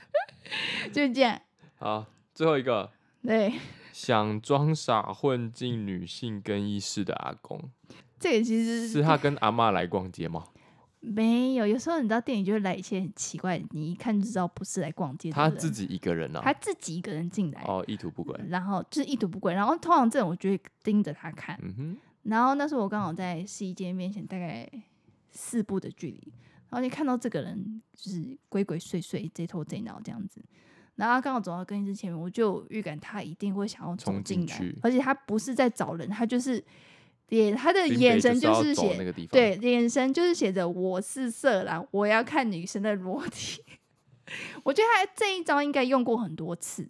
Speaker 2: 就是这样。
Speaker 1: 好，最后一个，
Speaker 2: 对，
Speaker 1: 想装傻混进女性更衣室的阿公，
Speaker 2: 这个其实
Speaker 1: 是他跟阿嬷来逛街 吗？
Speaker 2: 没有，有时候你知道电影就会来一些很奇怪，你一看就知道不是来逛街的
Speaker 1: 他
Speaker 2: 人，
Speaker 1: 自己一个人
Speaker 2: 他
Speaker 1: 啊？
Speaker 2: 自己一个人进来，
Speaker 1: 哦，意图不轨。
Speaker 2: 然后就是一图不轨，然后通常这种我就会盯着他看，
Speaker 1: 嗯哼，
Speaker 2: 然后那时候我刚好在试衣间面前大概四步的距离，然后就看到这个人就是鬼鬼祟祟、贼头贼脑这样子。然后他刚好走到更衣室前面，我就有预感他一定会想要走
Speaker 1: 冲进
Speaker 2: 进来
Speaker 1: 去，
Speaker 2: 而且他不是在找人，他就是脸，他的
Speaker 1: 林
Speaker 2: 眼
Speaker 1: 北
Speaker 2: 神
Speaker 1: 就
Speaker 2: 就是
Speaker 1: 要走
Speaker 2: 写
Speaker 1: 那个地方，
Speaker 2: 对，眼神就是写着“我是色狼，我要看女生的裸体” 。我觉得他这一招应该用过很多次，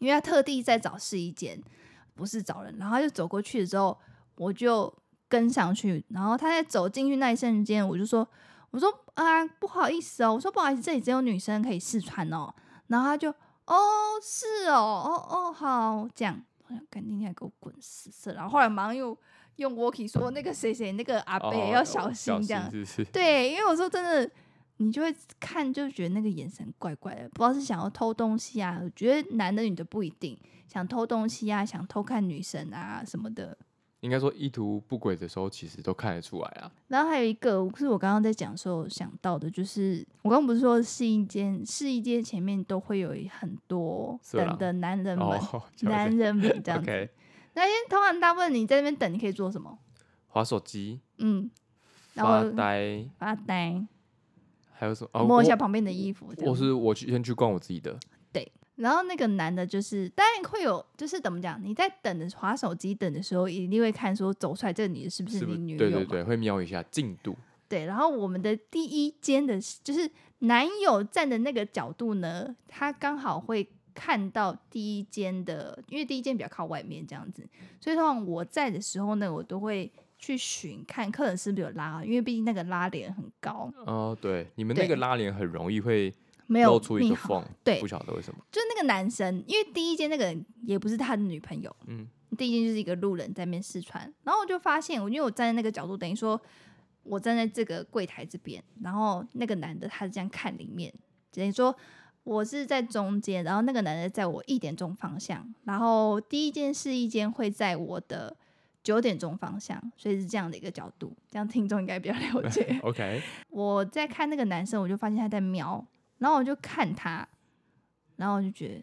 Speaker 2: 因为他特地在找试衣间，不是找人，然后他就走过去之后，我就跟上去，然后他在走进去那一瞬间，我就说：“我说啊，不好意思哦，我说不好意思，这里只有女生可以试穿哦。”然后他就：“哦，是哦，哦哦，好，这样。”我想赶紧来给我滚死色狼！然后后来马上又用 walkie 说那个谁谁那个阿
Speaker 1: 哦，
Speaker 2: 贝要小心这样。
Speaker 1: 是不是？
Speaker 2: 对，因为有时候真的，你就会看就觉得那个眼神怪怪的，不知道是想要偷东西啊。我觉得男的女的不一定想偷东西啊，想偷看女生啊什么的。
Speaker 1: 应该说意图不轨的时候，其实都看得出来啊。
Speaker 2: 然后还有一个是我刚刚在讲的时候想到的，就是我刚刚不是说试衣间，试衣间前面都会有很多
Speaker 1: 色
Speaker 2: 等
Speaker 1: 狼
Speaker 2: 的男 人们，
Speaker 1: 哦，
Speaker 2: 男 人们这样子。
Speaker 1: OK，
Speaker 2: 那因为通常大部分你在那边等，你可以做什么？
Speaker 1: 划手机、
Speaker 2: 嗯，然
Speaker 1: 发
Speaker 2: 后
Speaker 1: 呆，
Speaker 2: 发呆，
Speaker 1: 还有什么？哦
Speaker 2: 摸一下旁边的衣服。这
Speaker 1: 我
Speaker 2: 样
Speaker 1: 我是我去先去逛我自己的，
Speaker 2: 然后那个男的，就是当然会有，就是怎么讲？你在等的划手机等的时候，一定会看说走出来这个女的是不是
Speaker 1: 是不
Speaker 2: 你
Speaker 1: 是？
Speaker 2: 女友
Speaker 1: 对
Speaker 2: 嘛？
Speaker 1: 对对，会瞄一下进度。
Speaker 2: 对然后我们的第一间的，就是男友站的那个角度呢，他刚好会看到第一间的，因为第一间比较靠外面这样子，所以通常我在的时候呢，我都会去寻看客人是不是有拉，因为毕竟那个拉帘很高，
Speaker 1: 哦，对，你们那
Speaker 2: 对
Speaker 1: 个拉帘很容易会
Speaker 2: 没有
Speaker 1: 露出一
Speaker 2: 你
Speaker 1: 个
Speaker 2: 好
Speaker 1: 缝，
Speaker 2: 对
Speaker 1: 不晓得为什么。
Speaker 2: 就那个男生，因为第一间那个人也不是他的女朋友，
Speaker 1: 嗯，。
Speaker 2: 第一间就是一个路人在那边试穿，然后我就发现，我因为我站在那个角度，等于说我站在这个柜台这边，然后那个男的他是这样看里面，等于说我是在中间，然后那个男的在我一点钟方向，然后第一间试衣间会在我的九点钟方向，所以是这样的一个角度，这样听众应该比较了解
Speaker 1: OK，
Speaker 2: 我在看那个男生，我就发现他在瞄，然后我就看他，然后我就觉得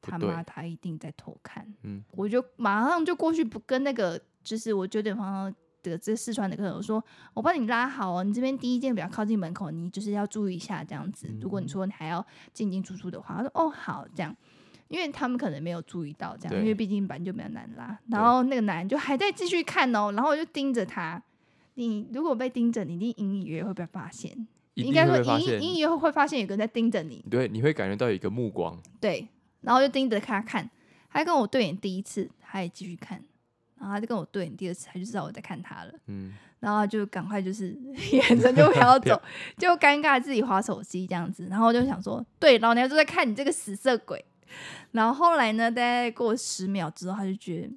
Speaker 1: 不
Speaker 2: 他
Speaker 1: 对
Speaker 2: 妈他一定在偷看，
Speaker 1: 嗯，
Speaker 2: 我就马上就过去不跟那个就是我九点方向的这四川的客人我说，我帮你拉好哦，你这边第一间比较靠近门口，你就是要注意一下这样子。如果你
Speaker 1: 嗯
Speaker 2: 说你还要进进出出的话，他说哦好这样。因为他们可能没有注意到这样，
Speaker 1: 对
Speaker 2: 因为毕竟板就比较难拉。
Speaker 1: 对
Speaker 2: 然后那个男人就还在继续看哦，然后我就盯着他。你如果被盯着，你一定隐隐约约会被发现，
Speaker 1: 一
Speaker 2: 应
Speaker 1: 定
Speaker 2: 该
Speaker 1: 会被
Speaker 2: 说
Speaker 1: 发
Speaker 2: 隐
Speaker 1: 现
Speaker 2: 隐，隐约约会发现有个人在盯着你。
Speaker 1: 对，你会感觉到有一个目光，
Speaker 2: 对，然后就盯着他看，他跟我对眼第一次，他也继续看，然后他就跟我对眼第二次，他就知道我在看他了，
Speaker 1: 嗯，
Speaker 2: 然后他就赶快就是 眼神就不要 走，就尴尬自己划手机这样子，然后我就想说，对，老娘就在看你这个死色鬼。然后后来呢，大概过十秒之后，他就觉得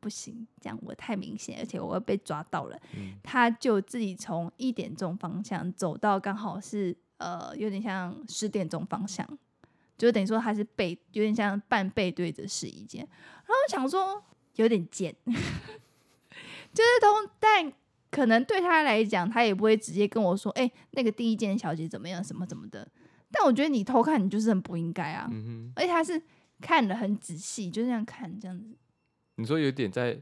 Speaker 2: 不行，这样我太明显，而且我会被抓到了。
Speaker 1: 嗯
Speaker 2: 他就自己从一点钟方向走到刚好是呃有点像十点钟方向，就等于说他是背有点像半背对着试衣间，然后我想说有点贱， 就是通但。可能对他来讲，他也不会直接跟我说：“哎、那个第一间小姐怎么样，什么怎么的。”但我觉得你偷看，你就是很不应该啊！
Speaker 1: 嗯哼，
Speaker 2: 而且他是看的很仔细，就这样看，这样子
Speaker 1: 你说有点在，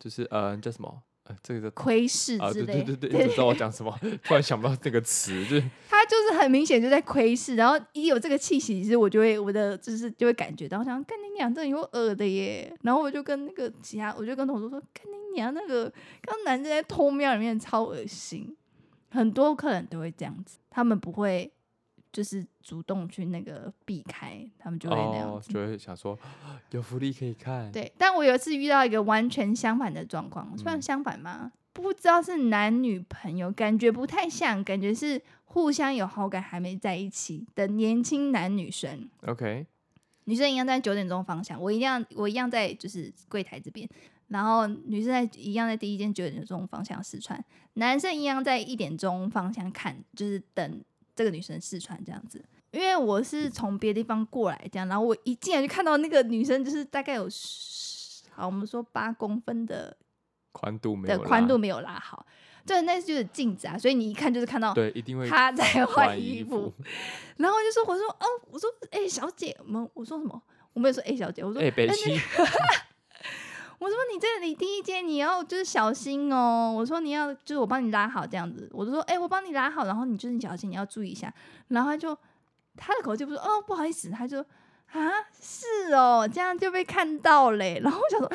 Speaker 1: 就是呃叫什么？呃，这个叫
Speaker 2: 窥视
Speaker 1: 啊，
Speaker 2: 之
Speaker 1: 对
Speaker 2: 类。
Speaker 1: 对对 对，你知道我讲什么？突然想不到这个词，就是
Speaker 2: 他就是很明显就在窥视，然后一有这个气息，其实我就会我的就是就会感觉到，我想干你娘，这有耳的耶。然后我就跟那个其他，我就跟同事说，干你娘，那个刚男生在偷瞄里面超恶心，很多客人都会这样子，他们不会就是主动去那个避开，他们就会那样
Speaker 1: 哦，
Speaker 2: 子。
Speaker 1: 就会想说有福利可以看，
Speaker 2: 对，但我有一次遇到一个完全相反的状况，算
Speaker 1: 嗯
Speaker 2: 相反吗？不知道是男女朋友，感觉不太像，感觉是互相有好感还没在一起的年轻男女生。
Speaker 1: ，OK，
Speaker 2: 女生一样在九点钟方向，我一样我一样在就是柜台这边，然后女生在一样在第一间九点钟方向试穿，男生一样在一点钟方向看，就是等这个女生试穿这样子。因为我是从别的地方过来这样，然后我一进来就看到那个女生就是大概有十好我们说八公分的
Speaker 1: 宽度没
Speaker 2: 的
Speaker 1: 有
Speaker 2: 宽
Speaker 1: 啦
Speaker 2: 度没有拉好，对，那就是镜子啊，所以你一看就是看到
Speaker 1: 对，一定会
Speaker 2: 他在换
Speaker 1: 换
Speaker 2: 衣
Speaker 1: 衣
Speaker 2: 服
Speaker 1: 服。
Speaker 2: 然后我就说，我说哦，我说哎、小姐，我们我说什么？我没有说哎、小姐，我说、
Speaker 1: 哎，北
Speaker 2: 但是
Speaker 1: 七，
Speaker 2: 我说你这里第一间你要就是小心哦，我说你要就是我帮你拉好这样子，我就说哎、我帮你拉好，然后你就是你小心，你要注意一下。然后他就他的口气不是哦不好意思，他就啊是哦，这样就被看到嘞。然后我想说，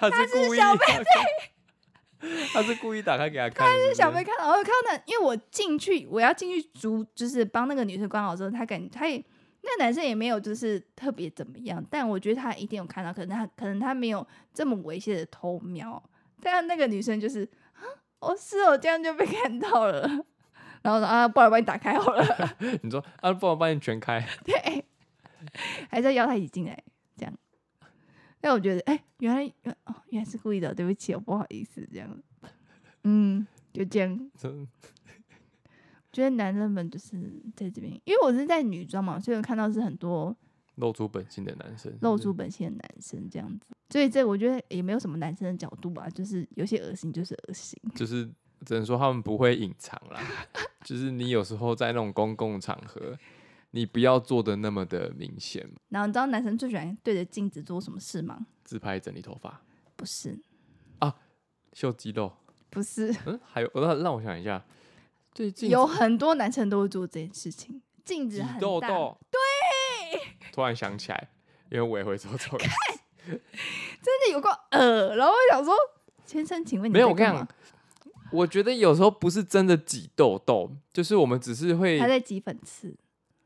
Speaker 1: 他是故意
Speaker 2: 小
Speaker 1: 打开，他是故意打开给他看，他是
Speaker 2: 想被看到，我有看到那，因为我进去，我要进去逐，就是帮那个女生关好之后，他感他也那个男生也没有就是特别怎么样，但我觉得他一定有看到，可能他可能他没有这么猥亵的偷瞄，但那个女生就是啊，哦是哦，这样就被看到了， 然后说啊，不然我帮你打开好了，
Speaker 1: 你说啊，不然我帮你全开，
Speaker 2: 对，还在邀他一起进来这样，但我觉得哎、原来原哦原来是故意的，对不起，我哦不好意思这样，嗯，就这样。
Speaker 1: 真
Speaker 2: 觉得男人们就是在这边，因为我是在女装嘛，所以我看到是很多
Speaker 1: 露出本性的男生，
Speaker 2: 露出本性的男生这样子，所以这我觉得也没有什么男生的角度吧，就是有些恶心就是恶心，
Speaker 1: 就是只能说他们不会隐藏啦，就是你有时候在那种公共场合，你不要做的那么的明显，
Speaker 2: 然后你知道男生最喜欢对着镜子做什么事吗？
Speaker 1: 自拍整理头发。
Speaker 2: 不是，
Speaker 1: 秀肌肉，
Speaker 2: 不是，
Speaker 1: 嗯，还有，让让我想一下，最近
Speaker 2: 有很多男生都会做这件事情，镜
Speaker 1: 挤
Speaker 2: 子很
Speaker 1: 痘
Speaker 2: 大，
Speaker 1: 痘，对，突然想起来，因为我也会做这种事，
Speaker 2: 真的有个呃，然后我想说，先生，请问你
Speaker 1: 没有，
Speaker 2: 在
Speaker 1: 我跟你
Speaker 2: 干嘛
Speaker 1: 讲，我觉得有时候不是真的挤痘痘，就是我们只是会
Speaker 2: 他，在挤粉刺，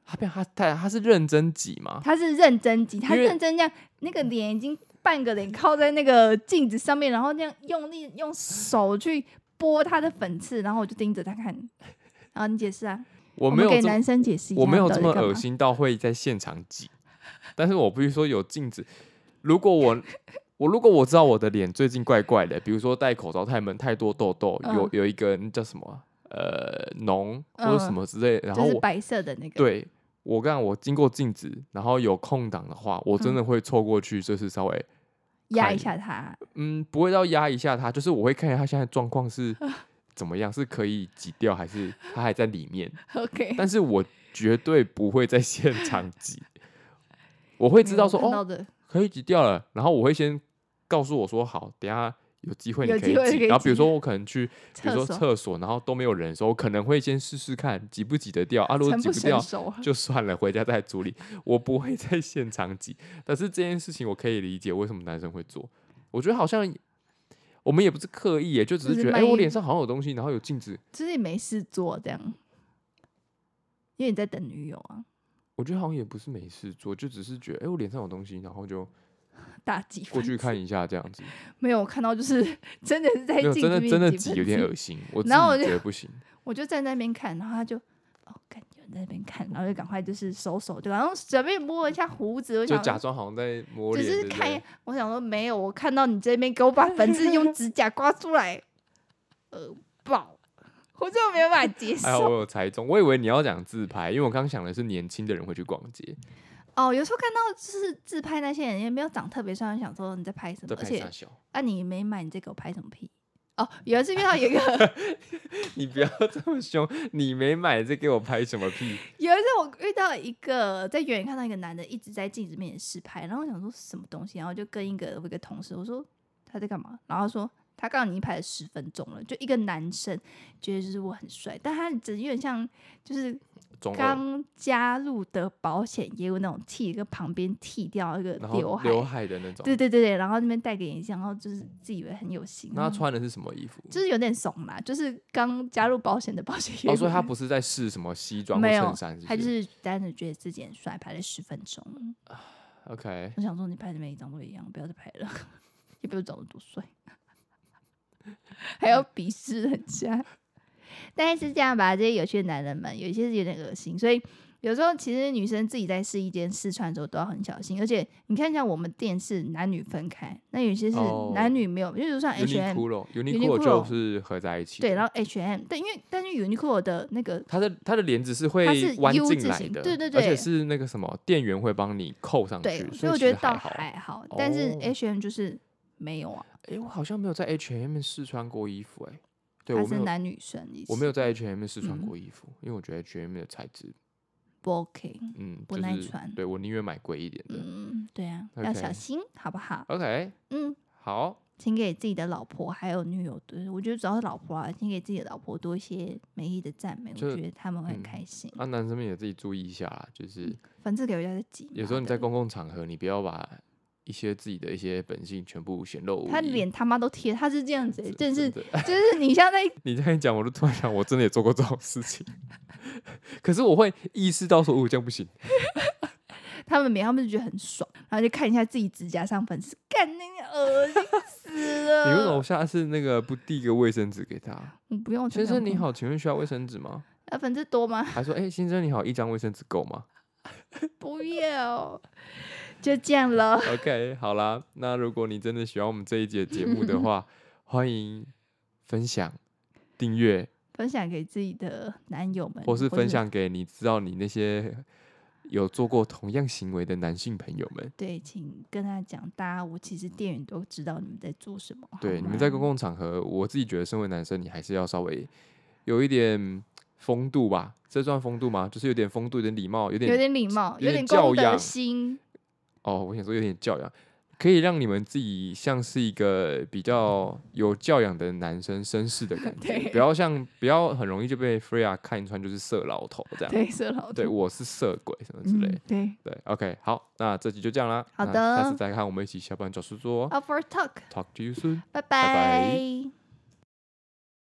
Speaker 1: 他变他他他是认真挤嘛，
Speaker 2: 他是认真挤，他
Speaker 1: 因为
Speaker 2: 认真这样，那个脸已经半个脸靠在那个镜子上面，然后这样用力用手去拨他的粉刺，然后我就盯着他看。然后你解释啊，
Speaker 1: 我
Speaker 2: 我
Speaker 1: 没有
Speaker 2: 给
Speaker 1: 这么
Speaker 2: 男生解释一下，
Speaker 1: 我没有
Speaker 2: 到
Speaker 1: 这
Speaker 2: 底
Speaker 1: 么
Speaker 2: 干嘛
Speaker 1: 恶。心到会在现场挤，但是我必须说有镜子。如果我我如果我
Speaker 2: 嗯
Speaker 1: 知道我的脸最近怪怪的，比如说戴口罩太闷、太多痘痘，有有一个那叫什么啊、呃浓或者什
Speaker 2: 嗯
Speaker 1: 么之类的，然后
Speaker 2: 就是
Speaker 1: 我
Speaker 2: 白色的那个，
Speaker 1: 对我刚我经过镜子，然后有空档的话，我
Speaker 2: 嗯
Speaker 1: 真的会凑过去，就是稍微
Speaker 2: 压
Speaker 1: 看
Speaker 2: 一下它，
Speaker 1: 嗯不会到压一下它，就是我会看一下它现在状况 是怎么样，是可以挤掉还是它还在里面，
Speaker 2: OK，
Speaker 1: 但是我绝对不会在现场挤， 我会知道说
Speaker 2: 没有我看到
Speaker 1: 哦
Speaker 2: 的
Speaker 1: 可以挤掉了，然后我会先告诉我说好，等一下。有机会你
Speaker 2: 有
Speaker 1: 可
Speaker 2: 机
Speaker 1: 以
Speaker 2: 会
Speaker 1: 挤，
Speaker 2: 可以
Speaker 1: 然后比如
Speaker 2: 挤
Speaker 1: 说我可能去，比如
Speaker 2: 厕
Speaker 1: 说
Speaker 2: 所
Speaker 1: 厕所，然后都没有人的时候，我可能会先试试看挤不挤得掉啊。如果
Speaker 2: 成
Speaker 1: 挤
Speaker 2: 不
Speaker 1: 不掉
Speaker 2: 成，熟，
Speaker 1: 就算了，回家再处理。我不会在现场挤，但是这件事情我可以理解为什么男生会做。我觉得好像我们也不是刻意耶，就只
Speaker 2: 就是是
Speaker 1: 觉得哎、
Speaker 2: 万
Speaker 1: 诶我
Speaker 2: 一
Speaker 1: 脸上好像有东西，然后有镜子，
Speaker 2: 就是你没事做这样，因为你在等女友啊，
Speaker 1: 我觉得好像也不是没事做，就只是觉得哎、诶我脸上有东西，然后就
Speaker 2: 大几
Speaker 1: 过
Speaker 2: 分
Speaker 1: 去
Speaker 2: 子
Speaker 1: 看一下这样子。
Speaker 2: 没有，我看到就是 真的是在
Speaker 1: 没有
Speaker 2: 镜
Speaker 1: 真
Speaker 2: 子
Speaker 1: 的
Speaker 2: 面
Speaker 1: 真的
Speaker 2: 前
Speaker 1: 挤
Speaker 2: 分
Speaker 1: 有点
Speaker 2: 子
Speaker 1: 恶 心，我自己
Speaker 2: 然后我就
Speaker 1: 觉得不行。
Speaker 2: 我就站在那边看，然后他就哦，感觉在那边看，然后就赶快就是收手，就然后随便摸一下胡子，我
Speaker 1: 就
Speaker 2: 想
Speaker 1: 假装好像在摸
Speaker 2: 只
Speaker 1: 脸，对
Speaker 2: 是
Speaker 1: 不
Speaker 2: 看一
Speaker 1: 对
Speaker 2: 眼，我想说没有，我看到你这边给我把粉刺用指甲刮出来，恶爆，我就没有办法接
Speaker 1: 还好
Speaker 2: 受。
Speaker 1: 哎我有猜中，我以为你要讲自拍，因为我刚想的是年轻的人会去逛街，
Speaker 2: 哦，有时候看到就是自拍那些人也没有长特别帅，想说你在拍什
Speaker 1: 在
Speaker 2: 么，而
Speaker 1: 拍
Speaker 2: 且
Speaker 1: 傻小。
Speaker 2: 啊你没买，你在给我拍什么屁？哦，有一次遇到有一个，
Speaker 1: 你不要这么凶，你没买这给我拍什么屁？
Speaker 2: 有一次我遇到一个，在远远看到一个男的一直在镜子面前试拍，然后我想说什么东西，然后就跟一个我一个同事我说他在干嘛，然后他说他刚刚已经拍了十分钟了，就一个男生觉得就是我很帅，但他只有点像就是
Speaker 1: 中二，
Speaker 2: 刚加入的保险业务那种剃一个旁边剃掉一个
Speaker 1: 然
Speaker 2: 刘
Speaker 1: 后
Speaker 2: 海，
Speaker 1: 刘海的那种。
Speaker 2: 对对对对，然后那边戴个眼镜，然后就是自以为很有型，
Speaker 1: 那他
Speaker 2: 然后
Speaker 1: 穿的是什么衣服？
Speaker 2: 就是有点怂啦，就是刚加入保险的保险业务，
Speaker 1: 哦，所以他不是在试什么西装或
Speaker 2: 没有
Speaker 1: 衬衫，
Speaker 2: 他
Speaker 1: 不
Speaker 2: 就是是单纯觉得自己很帅，拍了十分钟。
Speaker 1: OK。
Speaker 2: 我想说，你拍的每一张都一样，不要再拍了， 也不用长得多帅， 还要鄙视人家。大概是这样吧，这些有趣的男人们，有一些是有点恶心，所以有时候其实女生自己在试衣间试穿的时候都要很小心。而且你看一下我们店是男女分开，那有些是
Speaker 1: 哦
Speaker 2: 男女没有，就是像 H M
Speaker 1: Uniqlo，Uniqlo 就是合在一起的。
Speaker 2: H&M 对，然后 H M，但因为但是 Uniqlo 的那个
Speaker 1: 它的它的帘子是
Speaker 2: 它
Speaker 1: 会
Speaker 2: 是
Speaker 1: 弯
Speaker 2: U
Speaker 1: 进
Speaker 2: 字
Speaker 1: 来
Speaker 2: 形
Speaker 1: 的，
Speaker 2: 对对
Speaker 1: 而且
Speaker 2: 对
Speaker 1: 是那个什么店员会帮你扣上去，
Speaker 2: 对，所以
Speaker 1: 以
Speaker 2: 我
Speaker 1: 其
Speaker 2: 觉
Speaker 1: 实
Speaker 2: 得倒
Speaker 1: 好。啊
Speaker 2: 还好，但是
Speaker 1: 哦
Speaker 2: H M 就是没有啊，
Speaker 1: 哎，我好像没有在 H&M 试穿过衣服，哎，对
Speaker 2: 他
Speaker 1: 我没
Speaker 2: 是
Speaker 1: 有，
Speaker 2: 男女生一起，
Speaker 1: 我没有在 H&M 试穿
Speaker 2: 嗯
Speaker 1: 过衣服，因为我觉得 H&M 的材质，
Speaker 2: 不 OK，
Speaker 1: 嗯，
Speaker 2: 不
Speaker 1: 就
Speaker 2: 耐
Speaker 1: 是
Speaker 2: 穿
Speaker 1: 对我宁愿买贵一点的。
Speaker 2: 嗯，对啊，要
Speaker 1: OK
Speaker 2: 小心，好不好？
Speaker 1: OK，
Speaker 2: 嗯，
Speaker 1: 好，
Speaker 2: 请给自己的老婆还有女友，对我觉得主要是老婆啊，请给自己的老婆多一些美意的赞美，我
Speaker 1: 就
Speaker 2: 觉得他们
Speaker 1: 嗯
Speaker 2: 会很开心。
Speaker 1: 那、男生们也自己注意一下啦，就是
Speaker 2: 反正给人家在挤，
Speaker 1: 有时候你在
Speaker 2: 妈嗯的
Speaker 1: 公共场合，你不要把一些自己的一些本性全部显露无遗。
Speaker 2: 他脸他妈都贴，他是这样子欸，
Speaker 1: 真，
Speaker 2: 真的是
Speaker 1: 真的
Speaker 2: 就是你像在
Speaker 1: 你这样一讲，我就突然想，我真的也做过这种事情。可是我会意识到说，哦，这样不行。
Speaker 2: 他们没，他们就觉得很爽，然后就看一下自己指甲上粉刺，干那个恶心死了。
Speaker 1: 你为什么下次那个不递个卫生纸给他？
Speaker 2: 呃我不用
Speaker 1: 先生你
Speaker 2: 好。
Speaker 1: 好，请问需要卫生纸吗？
Speaker 2: 啊，粉刺多吗？
Speaker 1: 还说，哎、先生你好，一张卫生纸够吗
Speaker 2: 不要， 就这样了。
Speaker 1: ？OK，好啦，那如果你真的喜欢我们这一节节目的话，欢迎分享、订阅。
Speaker 2: 分享给自己的男友们，
Speaker 1: 或是分享给你知道你那些有做过同样行为的男性朋友们。
Speaker 2: 对，请跟他讲，大家我其实店员都知道你们在做什么。
Speaker 1: 对，
Speaker 2: 好
Speaker 1: 你
Speaker 2: 吗
Speaker 1: 们在公共场合，我自己觉得身为男生，你还是要稍微有一点风度吧，这算风度吗？就是有点风度，有点礼貌，有
Speaker 2: 有
Speaker 1: 点
Speaker 2: 点礼貌，
Speaker 1: 有点
Speaker 2: 点
Speaker 1: 教
Speaker 2: 公德
Speaker 1: 养
Speaker 2: 心，
Speaker 1: 哦，我想说有点教养，可以让你们自己像是一个比较有教养的男生绅士的 感觉，
Speaker 2: 对
Speaker 1: 不要像不要很容易就被 Freya 看穿就是色老头这样。
Speaker 2: 对，色老
Speaker 1: 对，
Speaker 2: 头
Speaker 1: 我是色鬼什么之类的
Speaker 2: 嗯，对
Speaker 1: 对，OK，好，那这集就这样啦。
Speaker 2: 好
Speaker 1: 那
Speaker 2: 的
Speaker 1: 下次再看，我们一起下班找事做哦。
Speaker 2: ，Up for talk，
Speaker 1: Talk to you soon。
Speaker 2: 拜
Speaker 1: 拜
Speaker 2: 拜